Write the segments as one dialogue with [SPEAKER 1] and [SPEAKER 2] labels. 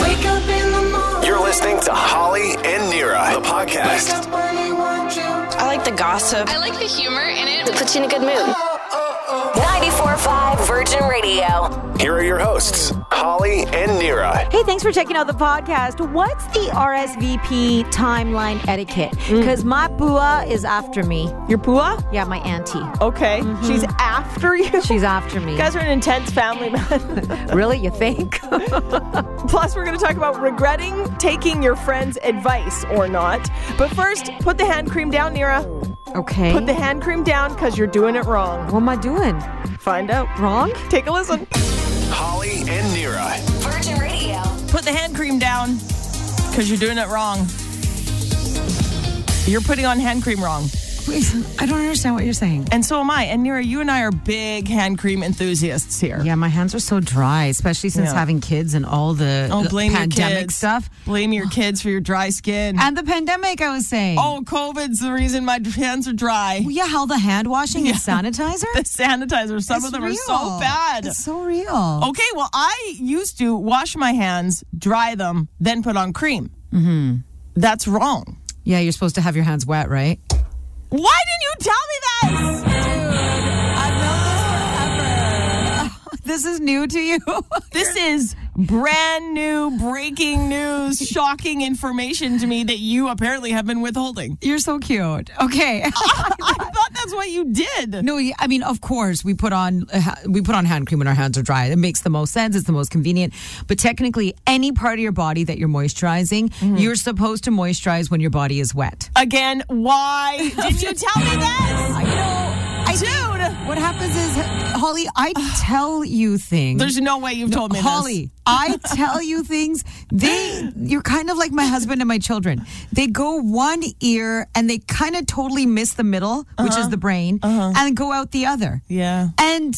[SPEAKER 1] Wake up in the morning.
[SPEAKER 2] You're listening to Holly and Nira, the
[SPEAKER 1] Wake
[SPEAKER 2] podcast.
[SPEAKER 1] up when you want you.
[SPEAKER 3] I like the gossip.
[SPEAKER 4] I like the humor in it.
[SPEAKER 5] puts you in a good mood.
[SPEAKER 6] 94.5 Virgin Radio.
[SPEAKER 2] Here are your hosts, Holly and Nira.
[SPEAKER 7] Hey, thanks for checking out the podcast. What's the RSVP timeline etiquette?
[SPEAKER 8] Mm.
[SPEAKER 7] Because my bua is after me.
[SPEAKER 9] Your pua?
[SPEAKER 7] Yeah, my auntie.
[SPEAKER 8] Oh.
[SPEAKER 9] Okay.
[SPEAKER 10] Mm-hmm.
[SPEAKER 9] She's after you. You
[SPEAKER 7] She's after me.
[SPEAKER 9] guys are an intense family, man.
[SPEAKER 8] uh,
[SPEAKER 7] really, you think?
[SPEAKER 9] Plus, we're going to talk about regretting taking your friend's advice or not. But first, put the hand cream down, Nira.
[SPEAKER 7] okay.
[SPEAKER 9] Put the hand cream down because you're doing it wrong.
[SPEAKER 7] what am I doing?
[SPEAKER 9] Find out.
[SPEAKER 7] Wrong?
[SPEAKER 9] Take a listen.
[SPEAKER 2] Holly and Nira.
[SPEAKER 6] Virgin Radio.
[SPEAKER 10] put the hand cream down because you're doing it wrong. You're putting on hand cream wrong.
[SPEAKER 8] I don't understand what you're saying.
[SPEAKER 10] And so am I. And Nira, you and I are big hand cream enthusiasts here.
[SPEAKER 8] Yeah, my hands are so dry, especially since
[SPEAKER 10] Yeah.
[SPEAKER 8] having kids and all the,
[SPEAKER 10] Don't
[SPEAKER 8] the
[SPEAKER 10] blame your
[SPEAKER 8] pandemic
[SPEAKER 10] kids.
[SPEAKER 8] stuff.
[SPEAKER 10] Blame your kids for your dry skin.
[SPEAKER 8] And the pandemic, I was saying. Oh,
[SPEAKER 10] oh, COVID's the reason my hands are dry.
[SPEAKER 8] yeah, how the hand washing and sanitizer?
[SPEAKER 10] The sanitizer, some
[SPEAKER 8] It's
[SPEAKER 10] of them are
[SPEAKER 8] real.
[SPEAKER 10] so bad. Oh.
[SPEAKER 8] It's so real.
[SPEAKER 10] Okay, well, I used to wash my hands, dry them, then put on cream. Mm-hmm. That's wrong.
[SPEAKER 8] Yeah, you're supposed to have your hands wet, right?
[SPEAKER 10] Why didn't you tell me that?
[SPEAKER 8] This is new to you.
[SPEAKER 10] This is brand new, breaking news, shocking information to me that you apparently have been withholding.
[SPEAKER 8] you're so cute. Okay.
[SPEAKER 10] I thought that's what you did.
[SPEAKER 8] No, I mean, of course, we put on uh, ha- we put on hand cream when our hands are dry. It makes the most sense. It's the most convenient. But technically, any part of your body that you're moisturizing, you're supposed to moisturize when your body is wet.
[SPEAKER 10] Again, why didn't you tell me this?
[SPEAKER 8] I know. I Dude, what happens is, Holly, I tell you things.
[SPEAKER 10] There's no way you've told me this.
[SPEAKER 8] Holly, I tell you things. They, you're kind of like my husband and my children. They go one ear and they kind of totally miss the middle, which is the brain, and go out the other.
[SPEAKER 10] Yeah.
[SPEAKER 8] And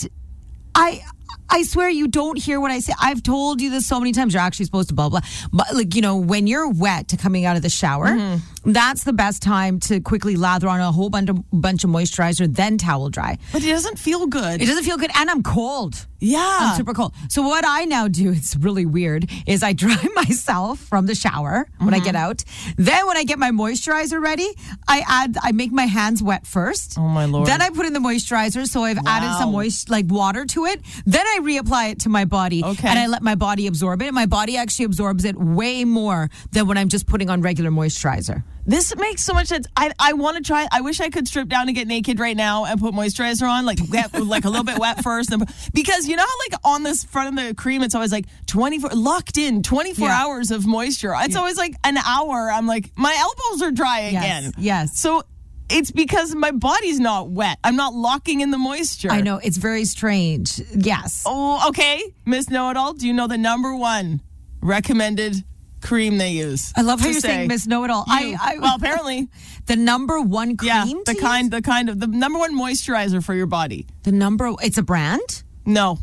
[SPEAKER 8] I, I swear you don't hear what I say. I've told you this so many times. You're actually supposed to blah blah. But like you know, when you're wet to coming out of the shower, that's the best time to quickly lather on a whole bunch of bunch of moisturizer, then towel dry.
[SPEAKER 10] But it doesn't feel good.
[SPEAKER 8] It doesn't feel good, and I'm cold.
[SPEAKER 10] yeah.
[SPEAKER 8] I'm super cold. So what I now do, it's really weird, is I dry myself from the shower when I
[SPEAKER 10] Mm-hmm.
[SPEAKER 8] get out. Then when I get my moisturizer ready, I add I make my hands wet first.
[SPEAKER 10] Oh, my Lord.
[SPEAKER 8] Then I put in the moisturizer, so I've added some
[SPEAKER 10] Wow.
[SPEAKER 8] moist like water to it. Then I reapply it to my body.
[SPEAKER 10] Okay.
[SPEAKER 8] And I let my body absorb it. My body actually absorbs it way more than when I'm just putting on regular moisturizer.
[SPEAKER 10] this makes so much sense. I, I want to try. I wish I could strip down and get naked right now and put moisturizer on, like wet, like a little bit wet first. then- because you know how like on this front of the cream, it's always like twenty four locked in twenty four
[SPEAKER 8] Yeah.
[SPEAKER 10] hours of moisture. It's always like an hour. I'm like my elbows are dry
[SPEAKER 8] Yes,
[SPEAKER 10] again.
[SPEAKER 8] yes.
[SPEAKER 10] So it's because my body's not wet. I'm not locking in the moisture.
[SPEAKER 8] I know it's very strange. Yes.
[SPEAKER 10] Oh, okay, Miss Know It All. Do you know the number one recommended cream they use?
[SPEAKER 8] I love how
[SPEAKER 10] To
[SPEAKER 8] you're
[SPEAKER 10] say-
[SPEAKER 8] saying Miss Know It All.
[SPEAKER 10] You.
[SPEAKER 8] I, I
[SPEAKER 10] well, apparently.
[SPEAKER 8] the number one cream.
[SPEAKER 10] Yeah,
[SPEAKER 8] to
[SPEAKER 10] the
[SPEAKER 8] use?
[SPEAKER 10] kind, the kind of the number one moisturizer for your body.
[SPEAKER 8] The number, it's a brand?
[SPEAKER 10] No,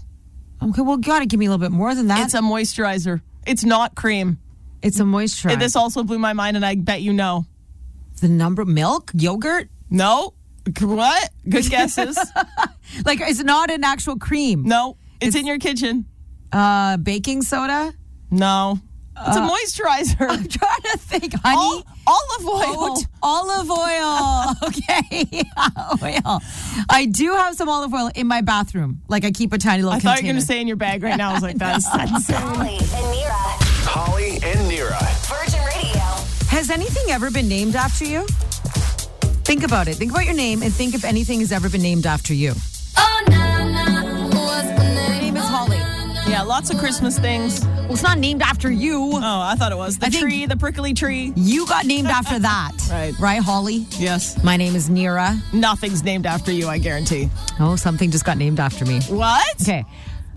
[SPEAKER 8] Okay, well, gotta give me a little bit more than that.
[SPEAKER 10] it's a moisturizer. It's not cream.
[SPEAKER 8] It's a moisturizer.
[SPEAKER 10] This also blew my mind, and I bet you know.
[SPEAKER 8] the number, milk, yogurt?
[SPEAKER 10] No, G- what? Good guesses.
[SPEAKER 8] Like, it's not an actual cream.
[SPEAKER 10] no, it's, in your kitchen.
[SPEAKER 8] Uh, baking soda?
[SPEAKER 10] No, it's a moisturizer.
[SPEAKER 8] Uh, I'm trying to think, honey.
[SPEAKER 10] Ol- olive oil.
[SPEAKER 8] Oh, olive oil. okay. oil. I do have some olive oil in my bathroom. Like, I keep a tiny little
[SPEAKER 10] I
[SPEAKER 8] container.
[SPEAKER 10] thought you were going to say in your bag right now. I was like, that's that's.
[SPEAKER 6] Holly and Nira.
[SPEAKER 2] Holly and Nira.
[SPEAKER 6] Virgin Radio.
[SPEAKER 8] Has anything ever been named after you? Think about it. Think about your name and think if anything has ever been named after you.
[SPEAKER 4] Oh, na, na, what's the
[SPEAKER 8] My
[SPEAKER 4] name?
[SPEAKER 8] name is Holly.
[SPEAKER 10] Yeah, lots of Christmas things. Oh,
[SPEAKER 8] Well, it's not named after you.
[SPEAKER 10] I thought it was the
[SPEAKER 8] I think-
[SPEAKER 10] tree, the prickly tree.
[SPEAKER 8] You got named after that.
[SPEAKER 10] Right.
[SPEAKER 8] Right, Holly?
[SPEAKER 10] Yes,
[SPEAKER 8] My name is Nira.
[SPEAKER 10] nothing's named after you. I guarantee.
[SPEAKER 8] Oh, something just got named after me.
[SPEAKER 10] What?
[SPEAKER 8] Okay.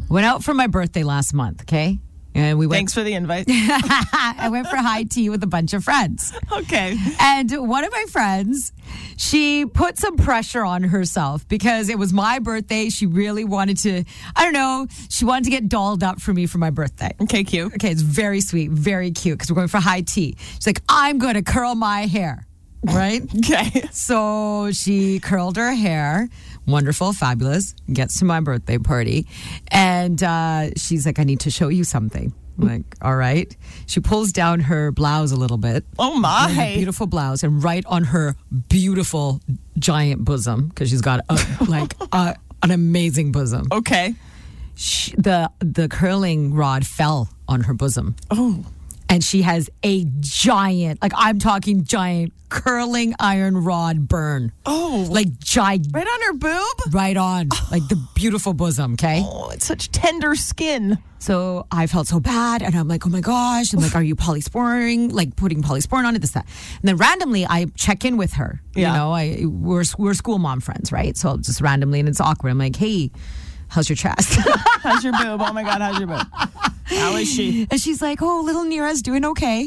[SPEAKER 8] Went out for my birthday last month, okay? And we went
[SPEAKER 10] Thanks for the invite.
[SPEAKER 8] I went for high tea with a bunch of friends.
[SPEAKER 10] okay.
[SPEAKER 8] And one of my friends, she put some pressure on herself because it was my birthday. She really wanted to, I don't know, she wanted to get dolled up for me for my birthday.
[SPEAKER 10] Okay, cute.
[SPEAKER 8] Okay, it's very sweet, very cute because we're going for high tea. She's like, I'm going to curl my hair, right?
[SPEAKER 10] Okay.
[SPEAKER 8] So she curled her hair. Wonderful, fabulous. Gets to my birthday party. And uh, she's like, I need to show you something. I'm like, all right. She pulls down her blouse a little bit.
[SPEAKER 10] Oh my.
[SPEAKER 8] Wearing a Beautiful blouse, and right on her beautiful giant bosom, because she's got a, like a, an amazing bosom.
[SPEAKER 10] Okay.
[SPEAKER 8] Sh the the curling rod fell on her bosom.
[SPEAKER 10] Oh.
[SPEAKER 8] And she has a giant, like I'm talking giant, curling iron rod burn.
[SPEAKER 10] Oh.
[SPEAKER 8] like giant,
[SPEAKER 10] Right on her boob?
[SPEAKER 8] right on, like the beautiful bosom. Okay.
[SPEAKER 10] Oh, it's such tender skin.
[SPEAKER 8] So I felt so bad, and I'm like, oh my gosh. I'm like, are you polysporing? Like putting polysporin on it, this that. And then randomly, I check in with her.
[SPEAKER 10] Yeah.
[SPEAKER 8] You know, I we're we're school mom friends, right? So I'll just randomly, and it's awkward. I'm like, hey, how's your chest?
[SPEAKER 10] How's your boob? Oh my God, how's your boob? How is she?
[SPEAKER 8] and she's like, oh, little Nira's doing okay.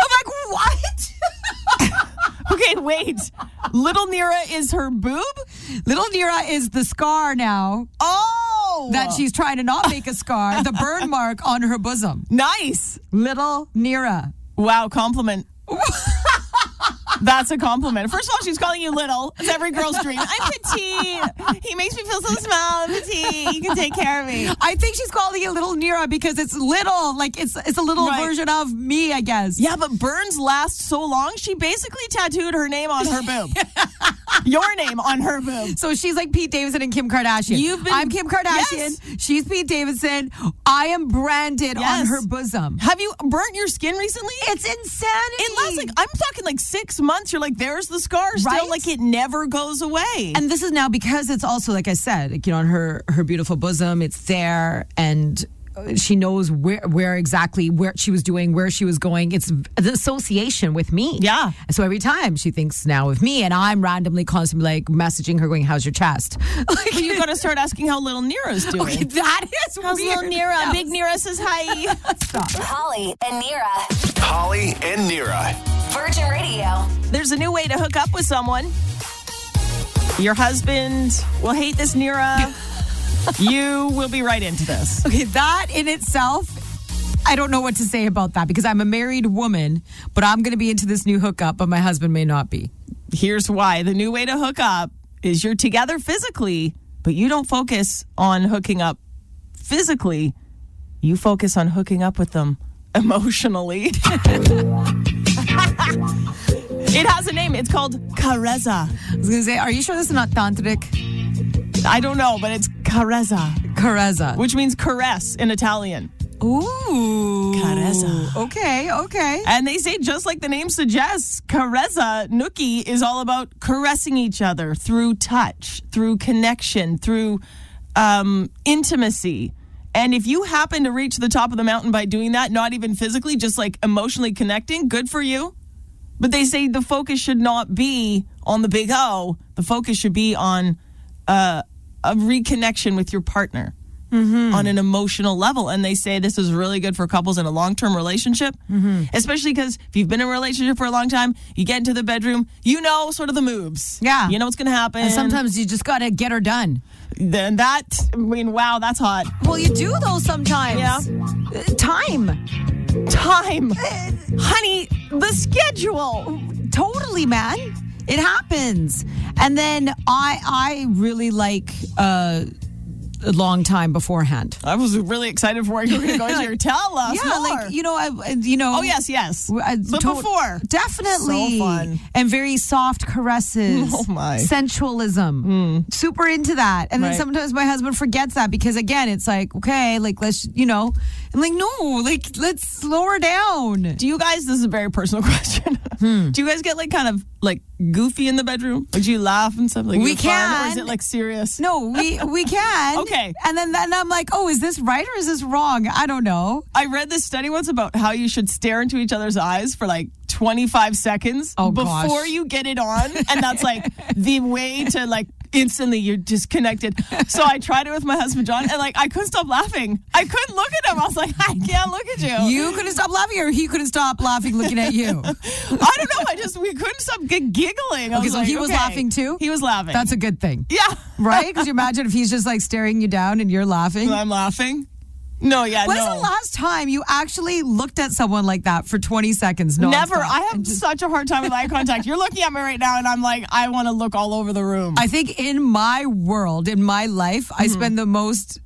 [SPEAKER 8] I'm like, what?
[SPEAKER 10] Okay, wait. Little Nira is her boob?
[SPEAKER 8] little Nira is the scar now
[SPEAKER 10] Oh.
[SPEAKER 8] that she's trying to not make a scar, the burn mark on her bosom.
[SPEAKER 10] nice.
[SPEAKER 8] Little Nira.
[SPEAKER 10] Wow, compliment. That's a compliment. First of all, she's calling you little. It's every girl's dream. I'm petite. He makes me feel so small. I'm petite. You can take care of me.
[SPEAKER 8] I think she's calling it Little Nira because it's little, like it's it's a little
[SPEAKER 10] Right.
[SPEAKER 8] version of me, I guess.
[SPEAKER 10] Yeah, but burns last so long. She basically tattooed her name on her boob. Your name on her boob.
[SPEAKER 8] So she's like Pete Davidson and Kim Kardashian.
[SPEAKER 10] You've been-
[SPEAKER 8] I'm Kim Kardashian.
[SPEAKER 10] Yes.
[SPEAKER 8] She's Pete Davidson. I am branded on
[SPEAKER 10] Yes.
[SPEAKER 8] her bosom.
[SPEAKER 10] Have you burnt your skin recently?
[SPEAKER 8] It's insanity.
[SPEAKER 10] It lasts like I'm talking like six months. You're like, there's the scar still.
[SPEAKER 8] Right?
[SPEAKER 10] Like it never goes away.
[SPEAKER 8] and this is now because it's also like I said, like, you know, on her her beautiful bosom, it's there, and she knows where where exactly where she was doing, where she was going. It's the association with me.
[SPEAKER 10] Yeah.
[SPEAKER 8] So every time she thinks now of me, and I'm randomly constantly like messaging her, going, "How's your chest?" Like
[SPEAKER 10] Well, you got to start asking how little Nero's doing.
[SPEAKER 8] okay, that is
[SPEAKER 10] How's
[SPEAKER 8] weird.
[SPEAKER 10] little Nira? Big Nira says hi.
[SPEAKER 6] Holly and Nira.
[SPEAKER 2] Holly and Nira.
[SPEAKER 6] Virgin Radio.
[SPEAKER 10] There's a new way to hook up with someone. Your husband will hate this Nira. you will be right into this.
[SPEAKER 8] Okay, that in itself, I don't know what to say about that because I'm a married woman, but I'm going to be into this new hookup, but my husband may not be.
[SPEAKER 10] Here's why the new way to hook up is you're together physically, but you don't focus on hooking up physically. You focus on hooking up with them emotionally. it has a name. It's called
[SPEAKER 8] I
[SPEAKER 10] Careza.
[SPEAKER 8] was going to say, are you sure this is not tantric?
[SPEAKER 10] I don't know, but it's Careza,
[SPEAKER 8] Carezza.
[SPEAKER 10] which means caress in Italian.
[SPEAKER 8] Ooh.
[SPEAKER 10] Carezza.
[SPEAKER 8] Okay, okay.
[SPEAKER 10] And they say, just like the name suggests, Carezza Nookie is all about caressing each other through touch, through connection, through um, intimacy. And if you happen to reach the top of the mountain by doing that, not even physically, just like emotionally connecting, good for you. But they say the focus should not be on the big O, the focus should be on uh, a reconnection with your partner
[SPEAKER 8] Mm-hmm.
[SPEAKER 10] on an emotional level. And they say this is really good for couples in a long term relationship,
[SPEAKER 8] Mm-hmm.
[SPEAKER 10] especially because if you've been in a relationship for a long time, you get into the bedroom, you know sort of the moves.
[SPEAKER 8] Yeah.
[SPEAKER 10] You know what's going to happen.
[SPEAKER 8] And sometimes you just got to get her done.
[SPEAKER 10] then that, I mean, wow, that's hot.
[SPEAKER 8] Well, you do though sometimes.
[SPEAKER 10] Yeah.
[SPEAKER 8] Uh, Time. Uh,
[SPEAKER 10] Time. Honey, the schedule.
[SPEAKER 8] Totally, man. It happens. And then I I really like uh, a long time beforehand.
[SPEAKER 10] I was really excited for where you were going to go here. Tell us.
[SPEAKER 8] yeah,
[SPEAKER 10] more.
[SPEAKER 8] like you know, I you know.
[SPEAKER 10] Oh, yes, yes.
[SPEAKER 8] I
[SPEAKER 10] but
[SPEAKER 8] tot-
[SPEAKER 10] before.
[SPEAKER 8] uh, definitely,
[SPEAKER 10] So fun.
[SPEAKER 8] and very soft caresses.
[SPEAKER 10] Oh, my. Hmm.
[SPEAKER 8] sensualism, super into that. And
[SPEAKER 10] Right.
[SPEAKER 8] then sometimes my husband forgets that because again, it's like okay, like let's you know, I'm like no, like let's slow her down.
[SPEAKER 10] Do you guys? This is a very personal question.
[SPEAKER 8] Hmm.
[SPEAKER 10] Do you guys get like kind of like goofy in the bedroom? Like do you laugh and stuff? Like
[SPEAKER 8] We
[SPEAKER 10] you have fun, or is
[SPEAKER 8] can.
[SPEAKER 10] it like serious?
[SPEAKER 8] No, we we can.
[SPEAKER 10] Okay.
[SPEAKER 8] and then then I'm like, oh, is this right or is this wrong? I don't know.
[SPEAKER 10] I read this study once about how you should stare into each other's eyes for like 25 seconds
[SPEAKER 8] Oh, gosh.
[SPEAKER 10] before you get it on, and that's like the way to like instantly you're disconnected. So I tried it with my husband John, and like I couldn't stop laughing. I couldn't look at him. I was like, I can't look at you.
[SPEAKER 8] You couldn't stop laughing, or he couldn't stop laughing looking at you.
[SPEAKER 10] I don't know. I just we couldn't stop g- giggling. I
[SPEAKER 8] Okay,
[SPEAKER 10] was
[SPEAKER 8] so
[SPEAKER 10] like,
[SPEAKER 8] he was
[SPEAKER 10] okay.
[SPEAKER 8] laughing too?
[SPEAKER 10] He was laughing.
[SPEAKER 8] That's a good thing.
[SPEAKER 10] yeah,
[SPEAKER 8] Right? Because you imagine if he's just like staring you down and you're laughing.
[SPEAKER 10] I'm laughing. No, yeah,
[SPEAKER 8] When's
[SPEAKER 10] no.
[SPEAKER 8] the last time you actually looked at someone like that for 20 seconds? No,
[SPEAKER 10] Never. I have such a hard time with eye contact. You're looking at me right now, and I'm like, I want to look all over the room.
[SPEAKER 8] I think in my
[SPEAKER 10] Mm-hmm.
[SPEAKER 8] world, in my life, I spend the most,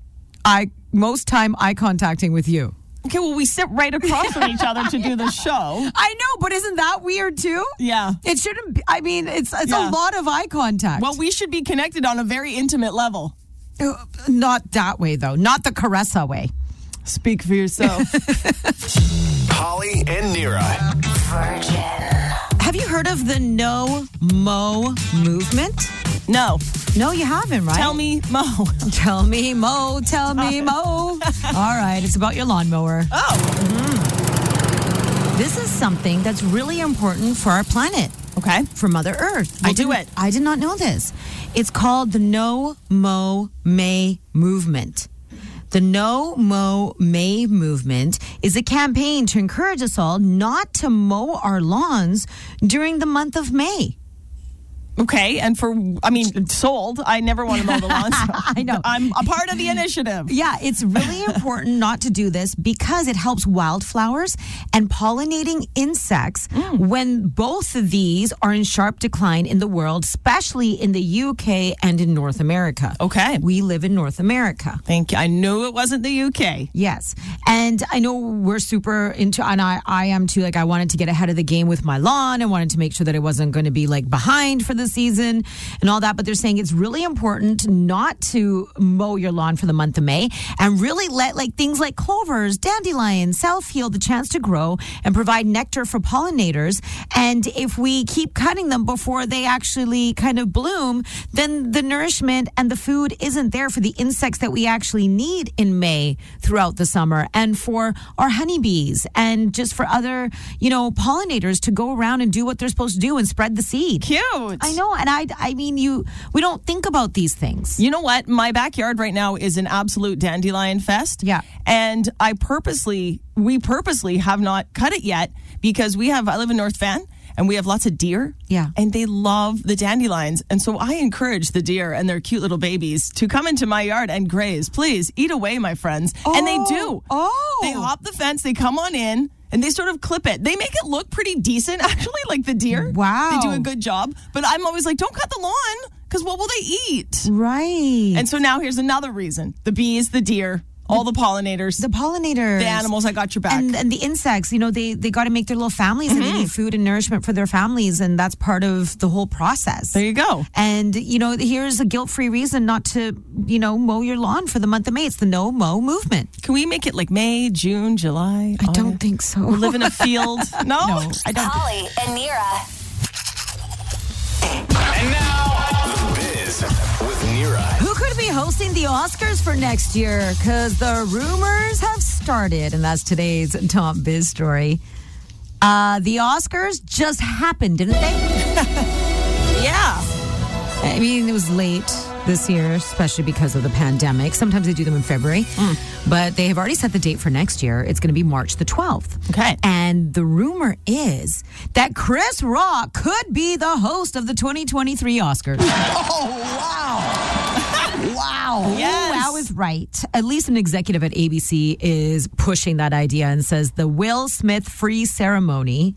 [SPEAKER 8] I most time eye contacting with you.
[SPEAKER 10] Okay, well, we sit right across from each other to do the show.
[SPEAKER 8] I know, but isn't that weird too?
[SPEAKER 10] Yeah.
[SPEAKER 8] It shouldn't. Be, I mean, it's it's
[SPEAKER 10] Yeah.
[SPEAKER 8] a lot of eye contact.
[SPEAKER 10] Well, we should be connected on a very intimate level.
[SPEAKER 8] Uh, not that way though. Not the Caressa way.
[SPEAKER 10] Speak for yourself.
[SPEAKER 2] Holly and Nira.
[SPEAKER 6] Virgin.
[SPEAKER 8] Have you heard of the No Mo movement?
[SPEAKER 10] no.
[SPEAKER 8] No, you haven't, right?
[SPEAKER 10] Tell me, Mo.
[SPEAKER 8] Tell me, Mo. Tell me, Mo. All right, it's about your lawnmower. Oh. This is something that's really important for our planet,
[SPEAKER 10] Okay.
[SPEAKER 8] for Mother Earth. I
[SPEAKER 10] We'll do
[SPEAKER 8] didn't-
[SPEAKER 10] it.
[SPEAKER 8] I did not know this. It's called the No Mo May movement. The No Mo May movement is a campaign to encourage us all not to mow our lawns during the month of May.
[SPEAKER 10] Okay. And for, I mean, sold. I never want to mow the lawn. so
[SPEAKER 8] I know.
[SPEAKER 10] I'm a part of the initiative.
[SPEAKER 8] Yeah, it's really important not to do this because it helps wildflowers and pollinating insects when both of these are in sharp decline in the world, especially in the UK and in North America.
[SPEAKER 10] Okay.
[SPEAKER 8] We live in North America.
[SPEAKER 10] Thank you. I knew it wasn't the UK.
[SPEAKER 8] Yes. And I know we're super into, and I, I am too. Like, I wanted to get ahead of the game with my lawn. I wanted to make sure that it wasn't going to be like behind for the season and all that. But they're saying it's really important not to mow your lawn for the month of May and really let like things like clovers, dandelions, self heal the chance to grow and provide nectar for pollinators. And if we keep cutting them before they actually kind of bloom, then the nourishment and the food isn't there for the insects that we actually need in May throughout the summer and for our honeybees and just for other, you know, pollinators to go around and do what they're supposed to do and spread the seed.
[SPEAKER 10] Cute.
[SPEAKER 8] I know. And I, I mean, you, we don't think about these things.
[SPEAKER 10] You know what? My backyard right now is an absolute dandelion fest.
[SPEAKER 8] Yeah.
[SPEAKER 10] And I purposely, we purposely have not cut it yet because we have, I live in North Van and we have lots of deer.
[SPEAKER 8] Yeah.
[SPEAKER 10] And they love the dandelions. And so I encourage the deer and their cute little babies to come into my yard and graze. Please eat away, my friends. and they do.
[SPEAKER 8] oh.
[SPEAKER 10] They hop the fence, they come on in. And they sort of clip it. They make it look pretty decent, actually, like the deer.
[SPEAKER 8] Wow.
[SPEAKER 10] They do a good job. But I'm always like, don't cut the lawn, because what will they eat?
[SPEAKER 8] Right.
[SPEAKER 10] And so now here's another reason the bees, the deer, all the pollinators,
[SPEAKER 8] the
[SPEAKER 10] the,
[SPEAKER 8] pollinators.
[SPEAKER 10] animals, I got your back.
[SPEAKER 8] and, and the insects you know they they got to make their little families and they need food and nourishment for their families and that's part of the whole process
[SPEAKER 10] there you go.
[SPEAKER 8] and you know here's a guilt-free reason not to you know mow your lawn for the month of may it's the no mow movement
[SPEAKER 10] Can we make it like May, June, July?
[SPEAKER 8] i don't think so
[SPEAKER 10] Live in a field. No, I don't.
[SPEAKER 6] Holly and Nira.
[SPEAKER 2] And now, The Biz with Nira.
[SPEAKER 8] who could be hosting the oscars for next year because the rumors have started and that's today's top biz story uh, the oscars just happened didn't they
[SPEAKER 10] Yeah.
[SPEAKER 8] I mean, it was late this year, especially because of the pandemic. Sometimes they do them in February,
[SPEAKER 10] Hmm.
[SPEAKER 8] but they have already set the date for next year. It's going to be March the 12th.
[SPEAKER 10] Okay.
[SPEAKER 8] And the rumor is that Chris Rock could be the host of the 2023 Oscars. Wow.
[SPEAKER 10] Yes.
[SPEAKER 8] Wow Oh, is right. At least an executive at ABC is pushing that idea and says the Will Smith free ceremony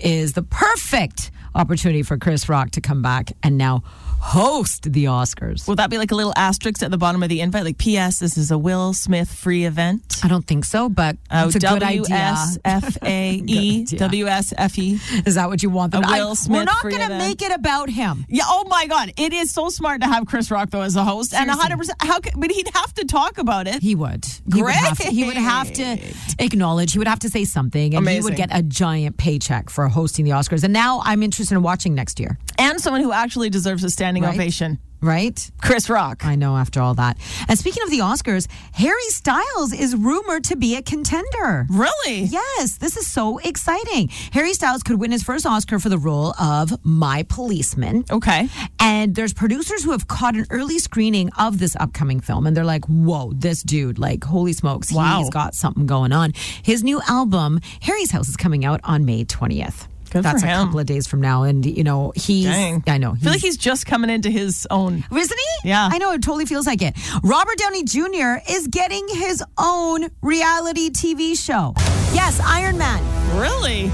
[SPEAKER 8] is the perfect opportunity for Chris Rock to come back and now host the Oscars.
[SPEAKER 10] Will that be like a little asterisk at the bottom of the invite? Like, P.S., this is a Will Smith free event.
[SPEAKER 8] I don't think so, but
[SPEAKER 10] Oh,
[SPEAKER 8] it's a good idea.
[SPEAKER 10] W-S-F-A-E.
[SPEAKER 8] Good idea.
[SPEAKER 10] W-S-F-E.
[SPEAKER 8] Is that what you want? Them
[SPEAKER 10] A
[SPEAKER 8] to- I-
[SPEAKER 10] Will Smith
[SPEAKER 8] we're not
[SPEAKER 10] free
[SPEAKER 8] going to
[SPEAKER 10] event.
[SPEAKER 8] make it about him.
[SPEAKER 10] Yeah. Oh my God. It is so smart to have Chris Rock though as a host, and
[SPEAKER 8] Seriously.
[SPEAKER 10] 100. percent How? Could, but he'd have to talk about it.
[SPEAKER 8] He would. He would, have to, he would have to acknowledge. He would have to say something, and he would
[SPEAKER 10] Amazing.
[SPEAKER 8] get a giant paycheck for hosting the Oscars. And now I'm interested in watching next year,
[SPEAKER 10] and someone who actually deserves a standing
[SPEAKER 8] Right.
[SPEAKER 10] ovation.
[SPEAKER 8] right?
[SPEAKER 10] Chris Rock.
[SPEAKER 8] I know after all that. And speaking of the Oscars, Harry Styles is rumored to be a contender.
[SPEAKER 10] Really?
[SPEAKER 8] Yes, this is so exciting. Harry Styles could win his first Oscar for the role of My Policeman.
[SPEAKER 10] Okay.
[SPEAKER 8] And there's producers who have caught an early screening of this upcoming film, and they're like, whoa, this dude, like, holy smokes,
[SPEAKER 10] Wow.
[SPEAKER 8] he's got something going on. His new album, Harry's House, is coming out on May 20th.
[SPEAKER 10] Good
[SPEAKER 8] That's
[SPEAKER 10] for
[SPEAKER 8] a
[SPEAKER 10] him.
[SPEAKER 8] couple of days from now. And, you know, he's,
[SPEAKER 10] Dang.
[SPEAKER 8] I know.
[SPEAKER 10] I feel like he's just coming into his own.
[SPEAKER 8] Isn't he?
[SPEAKER 10] Yeah.
[SPEAKER 8] I know, it totally feels like it. Robert Downey Jr. is getting his own reality TV show.
[SPEAKER 7] Yes, Iron Man.
[SPEAKER 10] Really?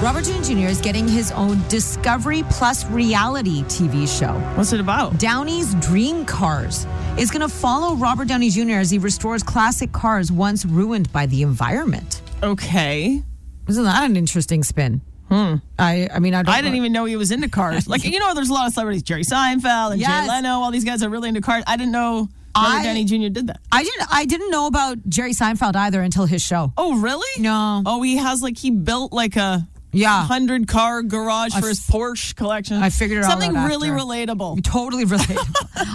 [SPEAKER 8] Robert Downey Jr. is getting his own Discovery Plus reality TV show.
[SPEAKER 10] What's it about?
[SPEAKER 8] Downey's Dream Cars is going to follow Robert Downey Jr. as he restores classic cars once ruined by the environment.
[SPEAKER 10] Okay.
[SPEAKER 8] Isn't that an interesting spin? Hmm. I I mean I don't
[SPEAKER 10] I didn't even know he was into cars. Like you know, there's a lot of celebrities, Jerry Seinfeld and
[SPEAKER 8] Yes.
[SPEAKER 10] Jay Leno. All these guys are really into cars. I didn't know
[SPEAKER 8] I-
[SPEAKER 10] Robert Downey Jr. did that.
[SPEAKER 8] I didn't I didn't know about Jerry Seinfeld either until his show.
[SPEAKER 10] Oh, really?
[SPEAKER 8] No.
[SPEAKER 10] Oh, he has like he built like a
[SPEAKER 8] Yeah.
[SPEAKER 10] hundred car garage for his Porsche collection.
[SPEAKER 8] I figured it all
[SPEAKER 10] something
[SPEAKER 8] out
[SPEAKER 10] really
[SPEAKER 8] after.
[SPEAKER 10] relatable.
[SPEAKER 8] Totally related.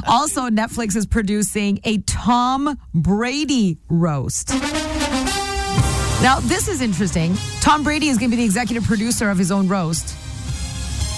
[SPEAKER 8] also, Netflix is producing a Tom Brady roast. Now, this is interesting. Tom Brady is going to be the executive producer of his own roast.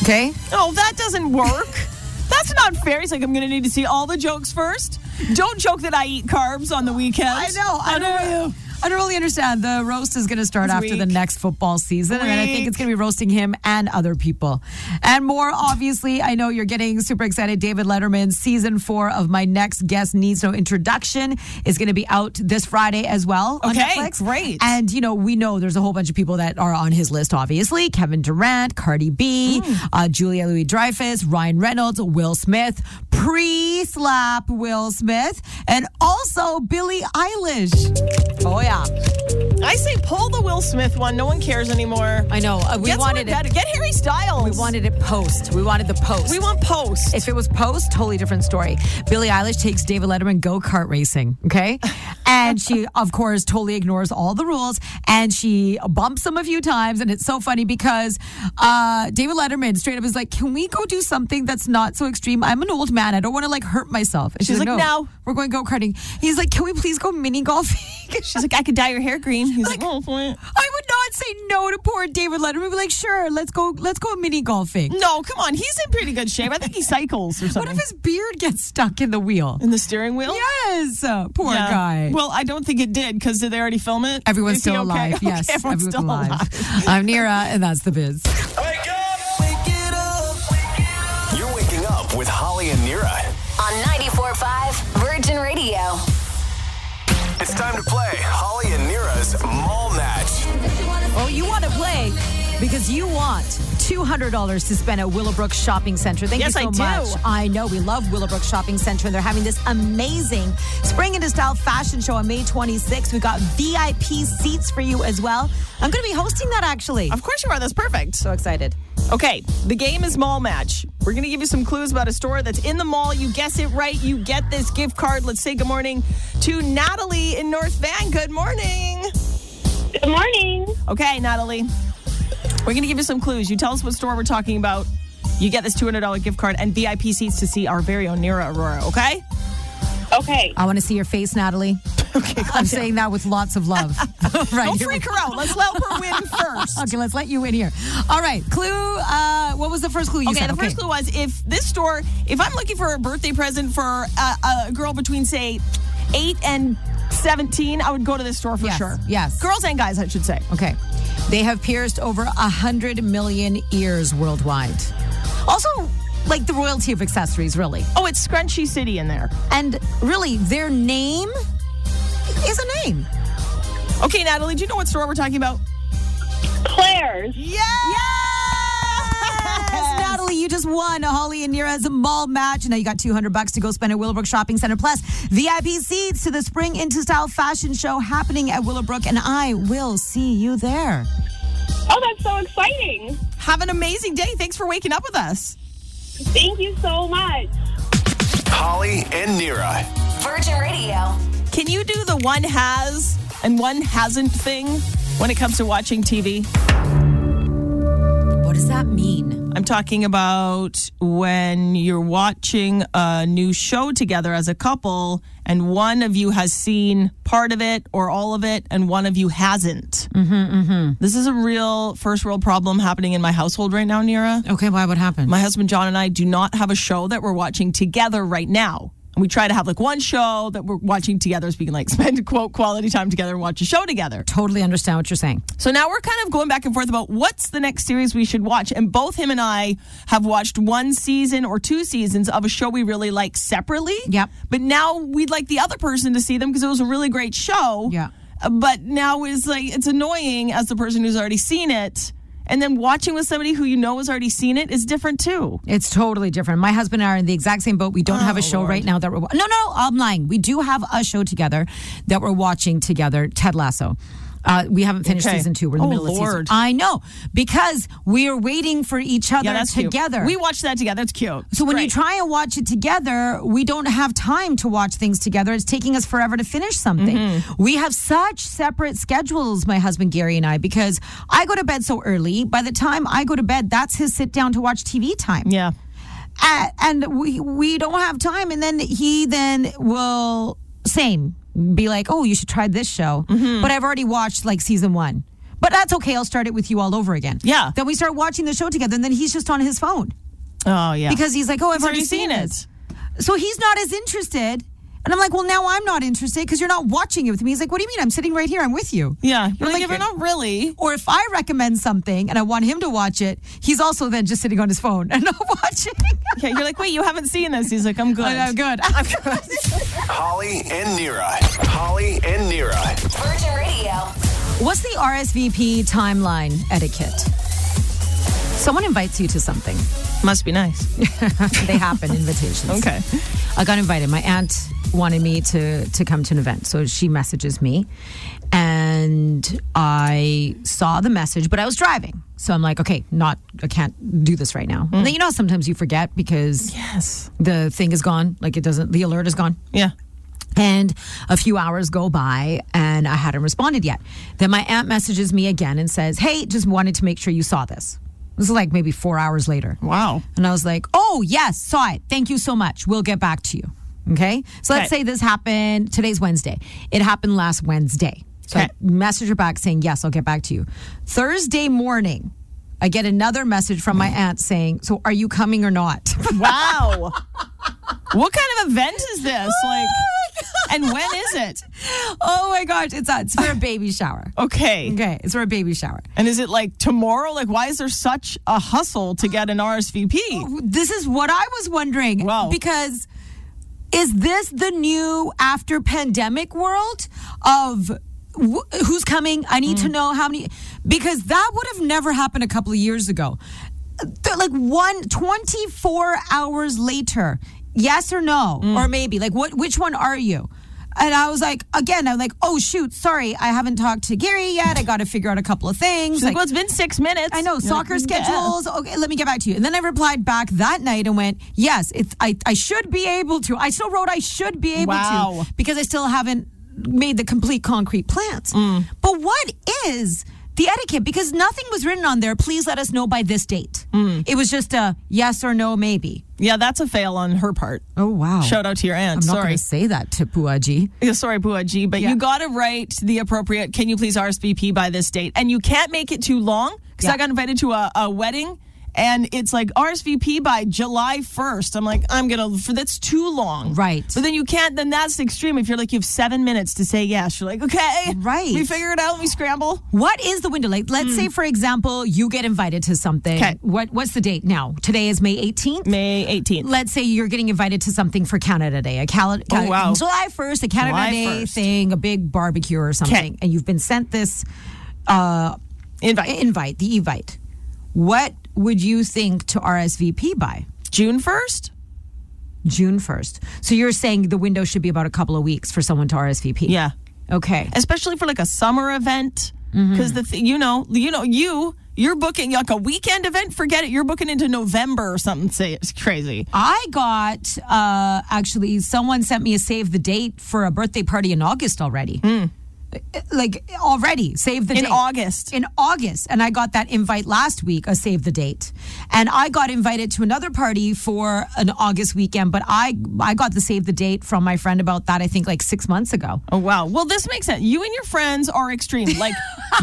[SPEAKER 8] Okay?
[SPEAKER 10] Oh, that doesn't work. That's not fair. He's like, I'm going to need to see all the jokes first. Don't joke that I eat carbs on the weekends.
[SPEAKER 8] I know. I
[SPEAKER 10] How dare
[SPEAKER 8] don't,
[SPEAKER 10] you?
[SPEAKER 8] I don't really understand. The roast is going to start after the
[SPEAKER 10] weak.
[SPEAKER 8] next football season. And I think
[SPEAKER 10] Weak.
[SPEAKER 8] it's going to be roasting him and other people. And more, obviously, I know you're getting super excited. David Letterman, season four of My Next Guest Needs No Introduction, is going to be out this Friday as well. on
[SPEAKER 10] Okay,
[SPEAKER 8] Netflix.
[SPEAKER 10] great.
[SPEAKER 8] And, you know, we know there's a whole bunch of people that are on his list, obviously Kevin Durant, Cardi B, uh, Julia Louis Dreyfus, Ryan Reynolds, Will Smith, pre slap Will Smith, and also Billie Eilish. Oh, yeah.
[SPEAKER 10] I say pull the Will Smith one. No one cares anymore.
[SPEAKER 8] I know. Uh, we
[SPEAKER 10] Get someone
[SPEAKER 8] wanted
[SPEAKER 10] better.
[SPEAKER 8] it.
[SPEAKER 10] Get Harry Styles.
[SPEAKER 8] We wanted it post. We wanted the post.
[SPEAKER 10] We want post.
[SPEAKER 8] If it was post, totally different story. Billie Eilish takes David Letterman go kart racing, okay? And she, of course, totally ignores all the rules and she bumps him a few times. And it's so funny because uh, David Letterman straight up is like, Can we go do something that's not so extreme? I'm an old man. I don't want to like hurt myself. And she's,
[SPEAKER 10] like, "No."
[SPEAKER 8] We're going go karting. He's like, Can we please go mini golfing?
[SPEAKER 10] She's like, I could dye your hair green. He's like,
[SPEAKER 8] Like-
[SPEAKER 10] oh, boy.
[SPEAKER 8] I would not say no to poor David Letterman. Be like, sure, let's go, let's go mini golfing.
[SPEAKER 10] no, come on. He's in pretty good shape. I think he cycles or something.
[SPEAKER 8] What if his beard gets stuck in the wheel?
[SPEAKER 10] in the steering wheel?
[SPEAKER 8] Yes, uh, poor
[SPEAKER 10] Oh. Yeah.
[SPEAKER 8] guy.
[SPEAKER 10] Well, I don't think it did because did they already film it?
[SPEAKER 8] everyone's
[SPEAKER 10] Is he
[SPEAKER 8] still
[SPEAKER 10] okay?
[SPEAKER 8] alive.
[SPEAKER 10] Okay,
[SPEAKER 8] Yes,
[SPEAKER 10] everyone's still alive.
[SPEAKER 8] I'm Nira, and that's the biz.
[SPEAKER 2] Wake up! You're waking up with Holly and Nira.
[SPEAKER 6] On 94.5 Virgin Radio.
[SPEAKER 2] It's time to play Holly and Nira's Mall Match.
[SPEAKER 8] Oh, you want to play because you want $200 to spend at Willowbrook Shopping Center. Thank
[SPEAKER 10] Yes,
[SPEAKER 8] you so
[SPEAKER 10] I do.
[SPEAKER 8] much. I know we love Willowbrook Shopping Center, and they're having this amazing Spring into Style fashion show on May 26th. We got VIP seats for you as well. I'm going to be hosting that actually.
[SPEAKER 10] Of course you are. That's perfect.
[SPEAKER 8] so excited.
[SPEAKER 10] Okay, the game is Mall Match. We're going to give you some clues about a store that's in the mall. You guess it right, you get this gift card. Let's say good morning to Natalie in North Van. Good morning.
[SPEAKER 3] Good morning.
[SPEAKER 10] Okay, Natalie. We're going to give you some clues. You tell us what store we're talking about. You get this $200 gift card and VIP seats to see our very own Nira Aurora, okay?
[SPEAKER 3] Okay.
[SPEAKER 8] I want to see your face, Natalie.
[SPEAKER 10] Okay,
[SPEAKER 8] I'm saying that with lots of love. right.
[SPEAKER 10] Don't
[SPEAKER 8] here we
[SPEAKER 10] freak her out. Let's let her win first.
[SPEAKER 8] Okay, let's let you in here. All right, clue. Uh, what was the first clue you
[SPEAKER 10] Okay,
[SPEAKER 8] said?
[SPEAKER 10] the first clue was if this store, if I'm looking for a birthday present for uh, a, a girl between, say, 8 and 17, I would go to this store for
[SPEAKER 8] Yes,
[SPEAKER 10] sure.
[SPEAKER 8] yes.
[SPEAKER 10] Girls and guys, I should say.
[SPEAKER 8] Okay, they have pierced over a hundred million ears worldwide. Also, like the royalty of accessories, really,
[SPEAKER 10] Oh, it's Scrunchy City in there.
[SPEAKER 8] and really, their name is a name.
[SPEAKER 10] Okay, Natalie, do you know what store we're talking about?
[SPEAKER 3] Claire's.
[SPEAKER 10] Yes!
[SPEAKER 8] Yes, Natalie, you just won Holly and Nira's mall match. Now you got 200 bucks to go spend at Willowbrook Shopping Center. Plus, VIP seats to the Spring Into Style fashion show happening at Willowbrook, and I will see you there.
[SPEAKER 3] Oh, that's so exciting.
[SPEAKER 10] Have an amazing day. Thanks for waking up with us.
[SPEAKER 3] Thank you so much.
[SPEAKER 2] Holly and Nira.
[SPEAKER 6] Virgin Radio.
[SPEAKER 10] Can you do the one has and one hasn't thing when it comes to watching TV?
[SPEAKER 8] What does that mean?
[SPEAKER 10] I'm talking about when you're watching a new show together as a couple and one of you has seen part of it or all of it and one of you hasn't. Mm-hmm, This is a real first world problem happening in my household right now, Nira.
[SPEAKER 8] Okay, why? What happened?
[SPEAKER 10] My husband John and I do not have a show that we're watching together right now. And we try to have like one show that we're watching together so we can like spend quote quality time together and watch a show together.
[SPEAKER 8] totally understand what you're saying.
[SPEAKER 10] So now we're kind of going back and forth about what's the next series we should watch. And both him and I have watched one season or two seasons of a show we really like separately.
[SPEAKER 8] Yep.
[SPEAKER 10] But now we'd like the other person to see them because it was a really great show. Uh,
[SPEAKER 8] Yeah.
[SPEAKER 10] But now is like it's annoying as the person who's already seen it. And then watching with somebody who you know has already seen it is different too.
[SPEAKER 8] It's totally different. My husband and I are in the exact same boat. We don't
[SPEAKER 10] Oh,
[SPEAKER 8] have a show right now that we're wa- No, no, no, I'm lying. We do have a show together that we're watching together, Ted Lasso. Uh, we haven't finished
[SPEAKER 10] Okay.
[SPEAKER 8] season two. We're in the
[SPEAKER 10] Oh,
[SPEAKER 8] middle of season.
[SPEAKER 10] Lord.
[SPEAKER 8] I know because we are waiting for each other
[SPEAKER 10] Yeah, that's cute.
[SPEAKER 8] together.
[SPEAKER 10] We watched that together. That's cute.
[SPEAKER 8] So when you
[SPEAKER 10] Great.
[SPEAKER 8] try and watch it together, we don't have time to watch things together. It's taking us forever to finish something.
[SPEAKER 10] Mm-hmm.
[SPEAKER 8] We have such separate schedules, my husband Gary and I, because I go to bed so early. By the time I go to bed, that's his sit down to watch TV time.
[SPEAKER 10] yeah.
[SPEAKER 8] A- and we we don't have time. And then he then will same be like, oh, you should try this show,
[SPEAKER 10] Mm-hmm.
[SPEAKER 8] but I've already watched like season one. But that's okay. I'll start it with you all over again.
[SPEAKER 10] Yeah.
[SPEAKER 8] Then we start watching the show together, and then he's just on his phone
[SPEAKER 10] Oh yeah.
[SPEAKER 8] because he's like, "Oh, I've
[SPEAKER 10] He's
[SPEAKER 8] already, seen,
[SPEAKER 10] it.
[SPEAKER 8] it." So he's not as interested. And I'm like, "Well, now I'm not interested because you're not watching it with me." He's like, "What do you mean? I'm sitting right here. I'm with you."
[SPEAKER 10] Yeah.
[SPEAKER 8] And
[SPEAKER 10] You're
[SPEAKER 8] I'm
[SPEAKER 10] like, uh, if you're not really.
[SPEAKER 8] Or if I recommend something and I want him to watch it, he's also then just sitting on his phone and not watching.
[SPEAKER 10] Okay, you're like, wait, you haven't seen this. He's like, I'm good.
[SPEAKER 8] I'm good. I'm good.
[SPEAKER 2] Holly and Nira. Holly and Nira.
[SPEAKER 6] Virgin Radio.
[SPEAKER 8] What's the RSVP timeline etiquette? Someone invites you to something.
[SPEAKER 10] Must be nice.
[SPEAKER 8] They happen invitations.
[SPEAKER 10] Okay.
[SPEAKER 8] I got invited. My aunt wanted me to to come to an event, so she messages me, and I saw the message, but I was driving, so I'm like, okay, not I can't do this right now. And then you know, how sometimes you forget because
[SPEAKER 10] Yes.
[SPEAKER 8] the thing is gone, like it doesn't, the alert is gone.
[SPEAKER 10] Yeah.
[SPEAKER 8] And a few hours go by and I hadn't responded yet. Then my aunt messages me again and says, Hey, just wanted to make sure you saw this. This is like maybe four hours later.
[SPEAKER 10] Wow.
[SPEAKER 8] And I was like, Oh, yes, saw it. Thank you so much. We'll get back to you. Okay. So let's
[SPEAKER 10] Okay.
[SPEAKER 8] say this happened today's Wednesday. It happened last Wednesday. So I
[SPEAKER 10] Okay.
[SPEAKER 8] message her back saying, Yes, I'll get back to you. Thursday morning, I get another message from my
[SPEAKER 10] Mm.
[SPEAKER 8] aunt saying, So are you coming or not?
[SPEAKER 10] Wow. what kind of event is this? Like, and when is it?
[SPEAKER 8] oh my gosh. It's, it's for a baby shower.
[SPEAKER 10] Okay.
[SPEAKER 8] Okay, it's for a baby shower.
[SPEAKER 10] And is it like tomorrow? Like, why is there such a hustle to get an RSVP?
[SPEAKER 8] This is what I was wondering.
[SPEAKER 10] Wow.
[SPEAKER 8] Because is this the new after pandemic world of wh- who's coming? I need to know how many. Because that would have never happened a couple of years ago. They're Like one, 24 hours later, yes or no? Or maybe, like, what? which one are you? And I was like, again, I'm like, oh, shoot, sorry, I haven't talked to Gary yet. I got to figure out a couple of things.
[SPEAKER 10] She's like, well, it's been six minutes.
[SPEAKER 8] I know
[SPEAKER 10] You're
[SPEAKER 8] soccer
[SPEAKER 10] like, yeah.
[SPEAKER 8] schedules. Okay, let me get back to you. And then I replied back that night and went, "Yes, it's I. I should be able to. I still wrote I should be able
[SPEAKER 10] Wow.
[SPEAKER 8] to because I still haven't made the complete concrete plans. But what is the etiquette? Because nothing was written on there. Please let us know by this date. It was just a yes or no, maybe.
[SPEAKER 10] Yeah, that's a fail on her part.
[SPEAKER 8] Oh wow!
[SPEAKER 10] Shout out to your aunt.
[SPEAKER 8] I'm not
[SPEAKER 10] Sorry.
[SPEAKER 8] going to say that to Puaji.
[SPEAKER 10] Yeah, sorry, Pua G, but you got to write the appropriate, can you please RSVP by this date? And you can't make it too long because
[SPEAKER 8] Yeah.
[SPEAKER 10] I got invited to a, a wedding and it's like RSVP by July 1st. I'm like, I'm going to, that's too long.
[SPEAKER 8] Right.
[SPEAKER 10] But then you can't, then that's extreme. If you're like, you have seven minutes to say yes, you're like, okay.
[SPEAKER 8] Right.
[SPEAKER 10] We figure it out. Let me scramble.
[SPEAKER 8] What is the window? Like, let's say, for example, you get invited to something.
[SPEAKER 10] 'Kay.
[SPEAKER 8] What What's the date now? Today is May 18th.
[SPEAKER 10] May 18th.
[SPEAKER 8] let's say you're getting invited to something for Canada Day, a Cal- Cal-
[SPEAKER 10] Oh, wow.
[SPEAKER 8] July 1st, a Canada
[SPEAKER 10] July
[SPEAKER 8] Day
[SPEAKER 10] 1st.
[SPEAKER 8] thing, a big barbecue or something,
[SPEAKER 10] Okay.
[SPEAKER 8] and you've been sent this uh,
[SPEAKER 10] Invite.
[SPEAKER 8] invite, the evite. What would you think to RSVP by
[SPEAKER 10] June 1st?
[SPEAKER 8] June 1st? So you're saying the window should be about a couple of weeks for someone to RSVP.
[SPEAKER 10] Yeah.
[SPEAKER 8] Okay.
[SPEAKER 10] especially for like a summer event because the th- you know you know you you're booking like a weekend event forget it you're booking into november or something say it's crazy
[SPEAKER 8] I got uh, actually someone sent me a save the date for a birthday party in August already. Like already save the
[SPEAKER 10] In
[SPEAKER 8] date
[SPEAKER 10] August.
[SPEAKER 8] Hmm. in August, and I got that invite last week. A save the date, and I got invited to another party for an August weekend. But I I got the save the date from my friend about that. I think like six months ago.
[SPEAKER 10] oh wow well this makes sense you and your friends are extreme like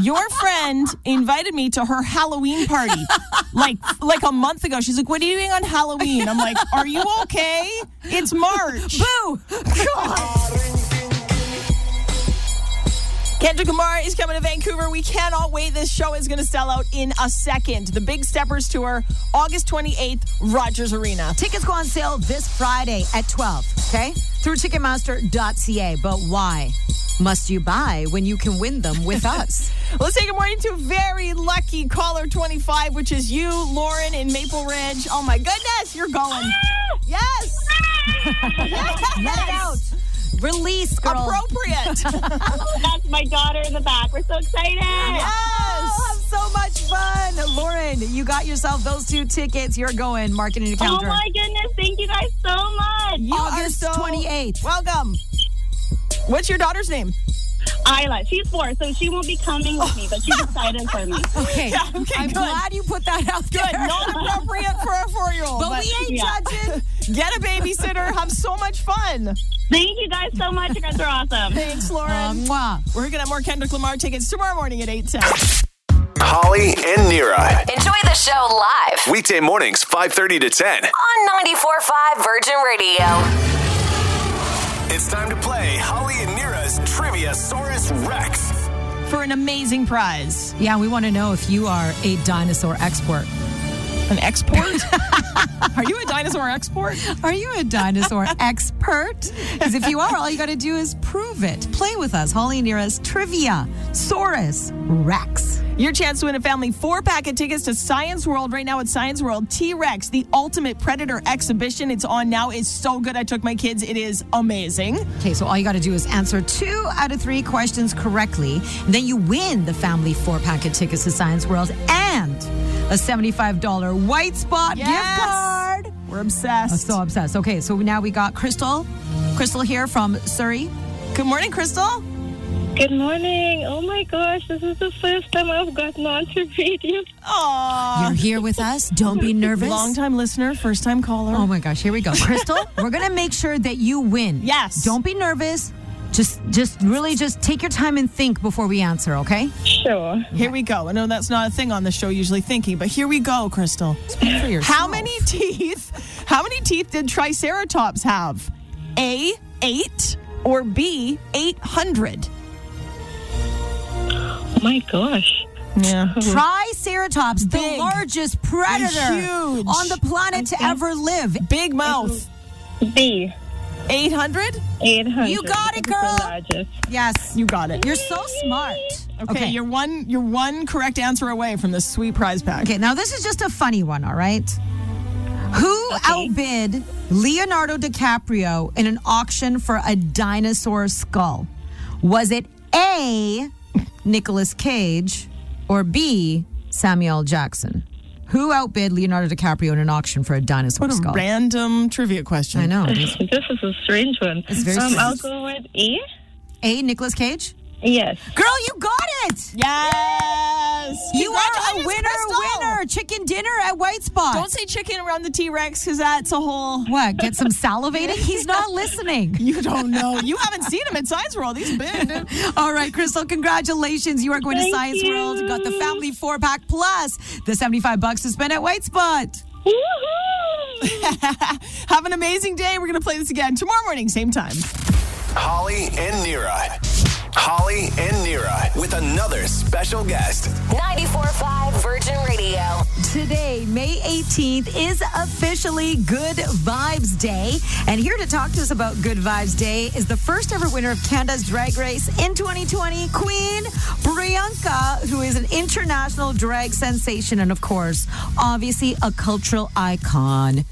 [SPEAKER 10] your friend invited me to her halloween party like like a month ago she's like what are you doing on halloween i'm like are you okay it's march
[SPEAKER 8] Boo!
[SPEAKER 10] Kendrick Lamar is coming to Vancouver. We cannot wait. This show is going to sell out in a second. The Big Steppers Tour, August 28th, Rogers Arena.
[SPEAKER 8] Tickets go on sale this Friday at twelve. Okay, through Ticketmaster.ca. But why? must you buy when you can win them with us?
[SPEAKER 10] Let's say good morning to very lucky caller 25, which is you, Lauren, in Maple Ridge. Oh my goodness, you're going. Yes.
[SPEAKER 8] Let it out. Release, girl.
[SPEAKER 10] Appropriate.
[SPEAKER 5] That's my daughter in the back. We're so excited.
[SPEAKER 8] Oh, have so much fun. Lauren, you got yourself those two tickets. You're going marketing
[SPEAKER 5] Oh
[SPEAKER 8] account.
[SPEAKER 5] my goodness! Thank you guys so much.
[SPEAKER 10] You are
[SPEAKER 8] August
[SPEAKER 10] so-
[SPEAKER 8] 28th.
[SPEAKER 10] Welcome. What's your daughter's name?
[SPEAKER 5] Isla, she's four, so she won't be coming with me, but she's excited for me.
[SPEAKER 8] Okay.
[SPEAKER 10] okay,
[SPEAKER 8] I'm
[SPEAKER 10] good.
[SPEAKER 8] glad you put that out there.
[SPEAKER 10] Not appropriate for a four year old.
[SPEAKER 8] but we ain't
[SPEAKER 5] yeah.
[SPEAKER 8] judging.
[SPEAKER 10] Get a babysitter. Have so much fun.
[SPEAKER 5] Thank you guys so much. You guys are awesome.
[SPEAKER 10] Thanks, Lauren.
[SPEAKER 8] Mwah.
[SPEAKER 10] We're going to have more Kendrick Lamar tickets tomorrow morning at 8 10.
[SPEAKER 2] Holly and Nira.
[SPEAKER 6] Enjoy the show live
[SPEAKER 2] Weekday mornings 5:30 to 10.
[SPEAKER 6] on 94.5 Virgin Radio.
[SPEAKER 2] It's time to play Holly and Nira's Trivia Saurus Rex.
[SPEAKER 10] For an amazing prize.
[SPEAKER 8] Yeah, we want to know if you are a dinosaur expert.
[SPEAKER 10] An export? Are you a dinosaur export?
[SPEAKER 8] Are you a dinosaur expert? Because if you are, all you got to do is prove it. Play with us. Holly and Nira's Trivia Saurus Rex.
[SPEAKER 10] Your chance to win a family four pack of tickets to Science World right now at Science World T Rex, the ultimate predator exhibition. It's on now. It's so good. I took my kids. It is amazing.
[SPEAKER 8] Okay, so all you got to do is answer two out of three questions correctly. And then you win the family four pack of tickets to Science World and a $75 white spot
[SPEAKER 10] Yes.
[SPEAKER 8] gift card.
[SPEAKER 10] We're obsessed.
[SPEAKER 8] So obsessed. Okay, so now we got Crystal. Crystal here from Surrey.
[SPEAKER 10] Good morning, Crystal.
[SPEAKER 5] Good morning. Oh my gosh, this is the first time I've gotten onto radio.
[SPEAKER 10] Aww.
[SPEAKER 8] You're here with us. Don't be nervous.
[SPEAKER 10] Long time listener, first time caller.
[SPEAKER 8] Oh my gosh, here we go. Crystal, we're gonna make sure that you win.
[SPEAKER 10] Yes.
[SPEAKER 8] Don't be nervous. Just just really just take your time and think before we answer, okay?
[SPEAKER 5] Sure.
[SPEAKER 10] Here we go. I know that's not a thing on the show usually thinking, but here we go, Crystal.
[SPEAKER 8] Speak for yourself.
[SPEAKER 10] How many teeth? How many teeth did Triceratops have? A, 8 or B, 800?
[SPEAKER 5] Oh my gosh.
[SPEAKER 10] Yeah.
[SPEAKER 8] Triceratops, the
[SPEAKER 10] Mm-hmm. Big.
[SPEAKER 8] largest predator
[SPEAKER 10] Huge.
[SPEAKER 8] on the planet to ever live.
[SPEAKER 10] Big mouth.
[SPEAKER 5] B.
[SPEAKER 10] 800?
[SPEAKER 5] 800.
[SPEAKER 8] You got it,
[SPEAKER 5] It's the
[SPEAKER 8] girl.
[SPEAKER 5] largest.
[SPEAKER 8] Yes.
[SPEAKER 10] You got it.
[SPEAKER 8] You're so smart.
[SPEAKER 10] Okay, you're one you're one correct answer away from this sweet prize pack.
[SPEAKER 8] Okay, now this is just a funny one, all right? Who outbid Leonardo DiCaprio in an auction for a dinosaur skull? Was it A, Nicolas Cage, or B, Samuel Jackson? Who outbid Leonardo DiCaprio in an auction for a dinosaur
[SPEAKER 10] What a
[SPEAKER 8] skull?
[SPEAKER 10] random trivia question.
[SPEAKER 8] I know. it is.
[SPEAKER 5] This is a strange one.
[SPEAKER 8] It's very
[SPEAKER 5] um,
[SPEAKER 8] strange.
[SPEAKER 5] I'll go with E.
[SPEAKER 8] A, Nicolas Cage?
[SPEAKER 5] Yes.
[SPEAKER 8] Girl, you got it!
[SPEAKER 10] Yes.
[SPEAKER 8] You are a
[SPEAKER 10] Congratulations,
[SPEAKER 8] winner,
[SPEAKER 10] Crystal.
[SPEAKER 8] winner! Chicken dinner at White Spot.
[SPEAKER 10] Don't say chicken around the T-Rex cuz that's a whole
[SPEAKER 8] what? Get some salivating? He's not listening.
[SPEAKER 10] you don't know. You haven't seen him at Science World. He's big. dude.
[SPEAKER 8] All right, Crystal, congratulations. You are going to
[SPEAKER 5] Thank
[SPEAKER 8] Science
[SPEAKER 5] you.
[SPEAKER 8] World. Got the family four pack plus the 75 bucks to spend at White Spot.
[SPEAKER 5] Woohoo!
[SPEAKER 10] Have an amazing day. We're going to play this again tomorrow morning, same time.
[SPEAKER 2] Holly and Nira. Holly and Nira with another special guest.
[SPEAKER 6] 94.5 Virgin Radio.
[SPEAKER 8] Today, May 18th, is officially Good Vibes Day. And here to talk to us about Good Vibes Day is the first ever winner of Canada's Drag Race in 2020, Queen Brianka, who is an international drag sensation and, of course, obviously a cultural icon.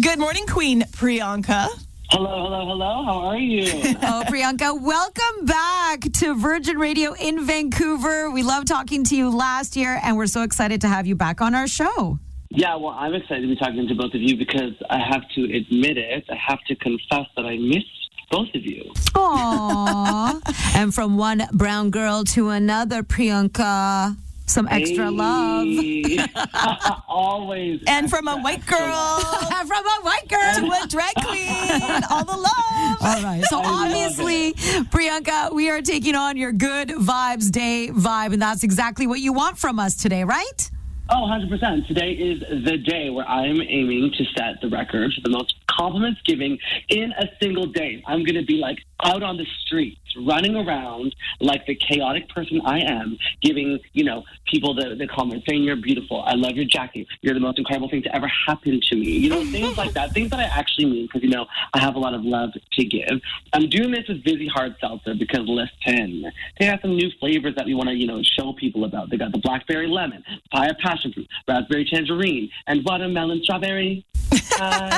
[SPEAKER 10] Good morning, Queen Priyanka.
[SPEAKER 11] Hello, hello, hello. How are you?
[SPEAKER 8] Oh, Priyanka, welcome back to Virgin Radio in Vancouver. We love talking to you last year, and we're so excited to have you back on our show.
[SPEAKER 11] yeah, well, I'm excited to be talking to both of you because I have to admit it. I have to confess that I miss both of you.
[SPEAKER 8] Aww. and from one brown girl to another, Priyanka, some extra love.
[SPEAKER 11] love. Always.
[SPEAKER 10] And from a white girl
[SPEAKER 8] And from a white girl.
[SPEAKER 10] to a drag queen, all the love.
[SPEAKER 8] All right. So obviously, Priyanka, we are taking on your Good Vibes Day vibe, and that's exactly what you want from us today, right?
[SPEAKER 11] Oh, 100%. Today is the day where I am aiming to set the record for the most compliments giving in a single day. I'm going to be like,
[SPEAKER 5] out on the streets, running around like the chaotic person I am, giving, you know, people the, the comment saying, You're beautiful. I love your jacket. You're the most incredible thing to ever happen to me. You know, things like that. Things that I actually mean because, you know, I have a lot of love to give. I'm doing this with Busy Hard Seltzer because, listen, they got some new flavors that we want to, you know, show people about. They got the blackberry lemon, papaya passion fruit, raspberry tangerine, and watermelon strawberry. Um, um,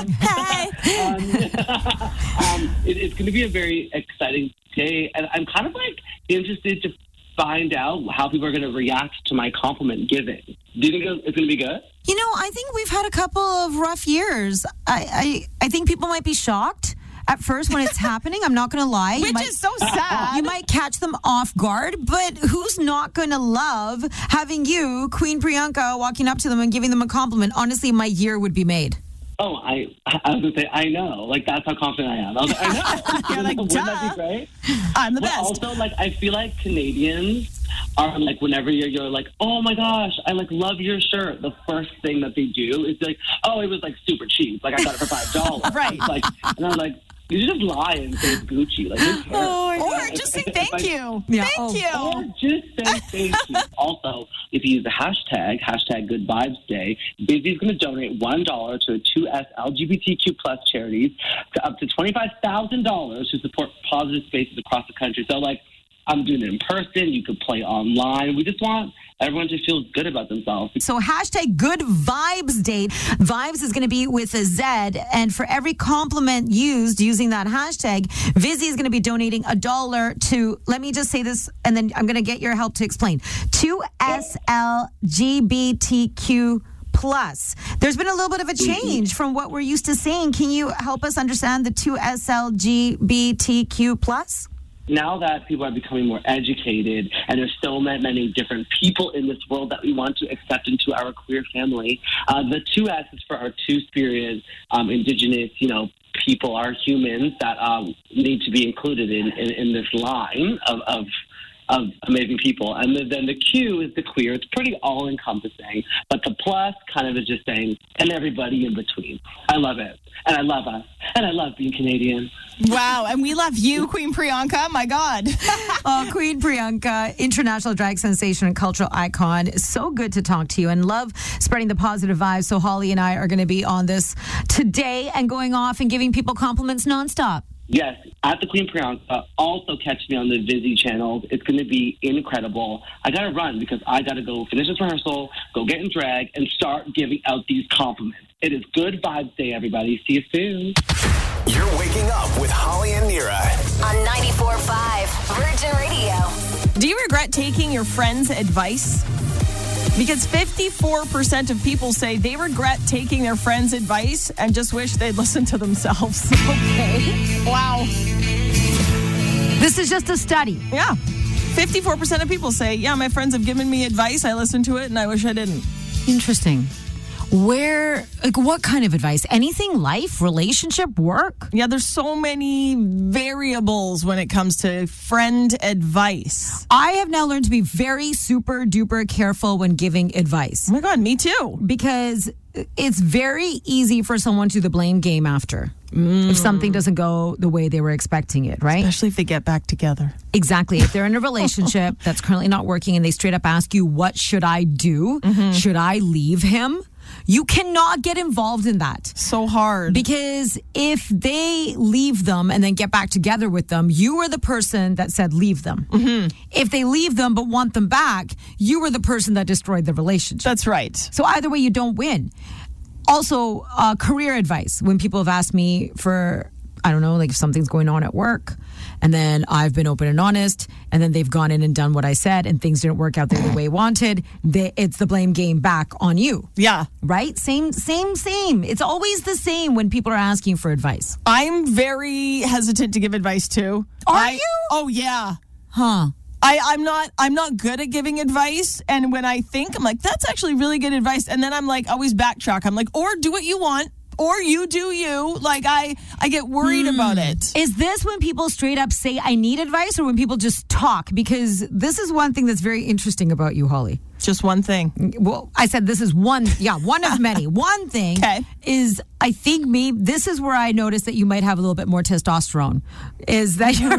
[SPEAKER 5] um, it, it's going to be a very exciting day, and I'm kind of like interested to find out how people are going to react to my compliment giving. Do you think it's going to be good?
[SPEAKER 8] You know, I think we've had a couple of rough years. I I, I think people might be shocked at first when it's happening. I'm not going to lie. You
[SPEAKER 10] Which
[SPEAKER 8] might-
[SPEAKER 10] is so sad.
[SPEAKER 8] Oh, you might catch them off guard, but who's not going to love having you, Queen Priyanka, walking up to them and giving them a compliment? Honestly, my year would be made.
[SPEAKER 5] Oh, I I was going to say I know. Like that's how confident I am. I was like, I know.
[SPEAKER 10] You're like,
[SPEAKER 5] Wouldn't
[SPEAKER 10] duh.
[SPEAKER 5] that be great?
[SPEAKER 10] I'm the
[SPEAKER 5] But
[SPEAKER 10] best.
[SPEAKER 5] also, like, I feel like Canadians are like, whenever you're, you're like, oh my gosh, I like love your shirt. The first thing that they do is like, oh, it was like super cheap. Like I got it for five dollars.
[SPEAKER 10] Right.
[SPEAKER 5] It's Like, and I'm like, you should just lie and say it's Gucci. Like, who cares?
[SPEAKER 10] or just say thank you.
[SPEAKER 8] Yeah,
[SPEAKER 10] Thank
[SPEAKER 8] oh.
[SPEAKER 10] you.
[SPEAKER 5] Or just say thank you. Also, if you use the hashtag, hashtag Good Vibes Day, Busy's going to donate $1 to a 2S LGBTQ plus charities to up to $25,000 to support positive spaces across the country. So, like, I'm doing it in person. You could play online. We just want everyone to feel good about themselves.
[SPEAKER 8] So hashtag good vibes date. Vibes is going to be with a Z. And for every compliment used using that hashtag, Vizzy is going to be donating a dollar to, let me just say this, and then I'm going to get your help to explain. To SLGBTQ plus. There's been a little bit of a change from what we're used to seeing. Can you help us understand the two SLGBTQ plus?
[SPEAKER 5] now that people are becoming more educated and there's so ma- many different people in this world that we want to accept into our queer family, uh, the two S is for our two spirit um, indigenous, you know, people, our humans that um, need to be included in, in, in this line of, of of amazing people. And then- then the Q is the queer. It's pretty all encompassing. But the plus kind of is just saying, and everybody in between. I love it. And I love us. And I love being Canadian.
[SPEAKER 10] Wow. And we love you, Queen Priyanka. My God.
[SPEAKER 8] Oh, Queen Priyanka, international drag sensation and cultural icon. So good to talk to you and love spreading the positive vibes. So, Holly and I are going to be on this today and going off and giving people compliments nonstop.
[SPEAKER 5] Yes, at the Queen Priyanka. Also catch me on the Vizzy channels. It's going to be incredible. I got to run because I got to go finish this rehearsal, go get in drag, and start giving out these compliments. It is good vibes day, everybody. See you soon.
[SPEAKER 2] You're waking up with Holly and Nira.
[SPEAKER 6] On 94.5 Virgin Radio.
[SPEAKER 10] Do you regret taking your friend's advice? Because 54% of people say they regret taking their friend's advice and just wish they'd listen to themselves. okay. Wow.
[SPEAKER 8] This is just a study.
[SPEAKER 10] Yeah. 54% of people say, yeah, my friends have given me advice. I listened to it and I wish I didn't.
[SPEAKER 8] Interesting. Where, like, what kind of advice? Anything life, relationship, work?
[SPEAKER 10] Yeah, there's so many variables when it comes to friend advice.
[SPEAKER 8] I have now learned to be very super duper careful when giving advice
[SPEAKER 10] Oh my God, me too.
[SPEAKER 8] because it's very easy for someone to do the blame game after. If something doesn't go the way they were expecting it, right?
[SPEAKER 10] Especially if they get back together.
[SPEAKER 8] Exactly. If they're in a relationship that's currently not working and they straight up ask you, What should I do? Should I leave him? You cannot get involved in that.
[SPEAKER 10] So hard.
[SPEAKER 8] Because if they leave them and then get back together with them, you were the person that said leave them. If they leave them but want them back, you were the person that destroyed the relationship.
[SPEAKER 10] That's right.
[SPEAKER 8] So either way, you don't win. Also, uh, career advice. When people have asked me for, I don't know, like if something's going on at work, and then I've been open and honest, and then they've gone in and done what I said, and things didn't work out the way wanted, they, it's the blame game back on you.
[SPEAKER 10] Yeah.
[SPEAKER 8] Right? Same, same, same. It's always the same when people are asking for advice.
[SPEAKER 10] I'm very hesitant to give advice too.
[SPEAKER 8] Are
[SPEAKER 10] I-
[SPEAKER 8] you?
[SPEAKER 10] Oh yeah.
[SPEAKER 8] Huh.
[SPEAKER 10] I, I'm not I'm not good at giving advice and when I think I'm like, that's actually really good advice and then I'm like always backtrack. I'm like, or do what you want, or you do you. Like I I get worried
[SPEAKER 8] Hmm.
[SPEAKER 10] about it.
[SPEAKER 8] Is this when people straight up say, I need advice, or when people just talk? Because this is one thing that's very interesting about you, Holly.
[SPEAKER 10] Just one thing.
[SPEAKER 8] well, I said this is one, yeah, one of many. one thing
[SPEAKER 10] Okay.
[SPEAKER 8] is I think maybe this is where I noticed that you might have a little bit more testosterone. Is that you're,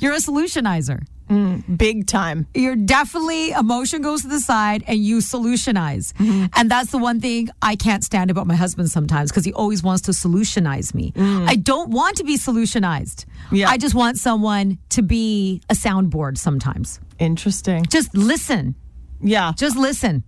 [SPEAKER 8] you're a solutionizer.
[SPEAKER 10] Big time.
[SPEAKER 8] You're definitely emotion goes to the side and you solutionize.
[SPEAKER 10] Mm-hmm.
[SPEAKER 8] And that's the one thing I can't stand about my husband sometimes because he always wants to solutionize me. I don't want to be solutionized.
[SPEAKER 10] Mm. Yeah.
[SPEAKER 8] I just want someone to be a soundboard sometimes.
[SPEAKER 10] Interesting.
[SPEAKER 8] Just listen.
[SPEAKER 10] Yeah.
[SPEAKER 8] Just listen.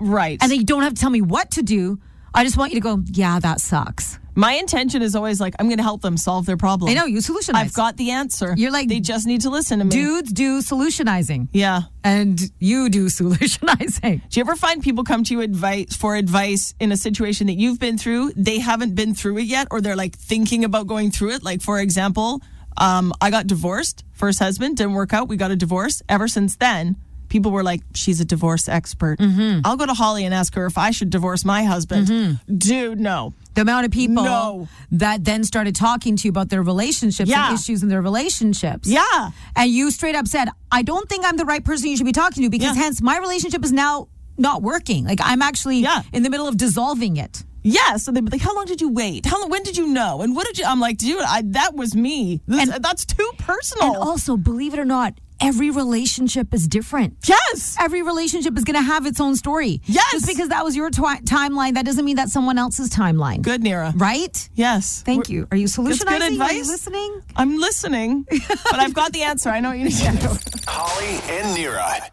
[SPEAKER 10] Right.
[SPEAKER 8] and then you don't have to tell me what to do. I just want you to go, yeah, that sucks.
[SPEAKER 10] My intention is always like, I'm going to help them solve their problem.
[SPEAKER 8] I know, you solutionize.
[SPEAKER 10] I've got the answer.
[SPEAKER 8] You're like,
[SPEAKER 10] they just need to listen to me.
[SPEAKER 8] Dudes do solutionizing,
[SPEAKER 10] Yeah.
[SPEAKER 8] and you do solutionizing.
[SPEAKER 10] Do you ever find people come to you advice for advice in a situation that you've been through? They haven't been through it yet, or they're like thinking about going through it. Like, for example, um, I got divorced. First husband didn't work out. We got a divorce. Ever since then, people were like, "She's a divorce expert."
[SPEAKER 8] Mm-hmm.
[SPEAKER 10] I'll go to Holly and ask her if I should divorce my husband. Dude, no.
[SPEAKER 8] The amount of people
[SPEAKER 10] No.
[SPEAKER 8] that then started talking to you about their relationships
[SPEAKER 10] Yeah.
[SPEAKER 8] and issues in their relationships.
[SPEAKER 10] Yeah.
[SPEAKER 8] And you straight up said, I don't think I'm the right person you should be talking to because
[SPEAKER 10] Yeah.
[SPEAKER 8] hence my relationship is now not working. Like I'm actually
[SPEAKER 10] Yeah.
[SPEAKER 8] in the middle of dissolving it.
[SPEAKER 10] Yeah, so they'd be like, "How long did you wait? How long? When did you know? And what did you?" I'm like, "Dude, I, that was me. This- that's too personal."
[SPEAKER 8] And also, believe it or not, every relationship is different.
[SPEAKER 10] yes,
[SPEAKER 8] every relationship is going to have its own story.
[SPEAKER 10] Yes.
[SPEAKER 8] Just because that was your twi- timeline, that doesn't mean that's someone else's timeline.
[SPEAKER 10] good, Nira.
[SPEAKER 8] Right?
[SPEAKER 10] Yes.
[SPEAKER 8] Thank you. Are you
[SPEAKER 10] It's
[SPEAKER 8] solutionizing?
[SPEAKER 10] good
[SPEAKER 8] Are you
[SPEAKER 10] advice.
[SPEAKER 8] listening?
[SPEAKER 10] I'm listening, but I've got the answer. I know what you need to do.
[SPEAKER 2] Holly and Nira.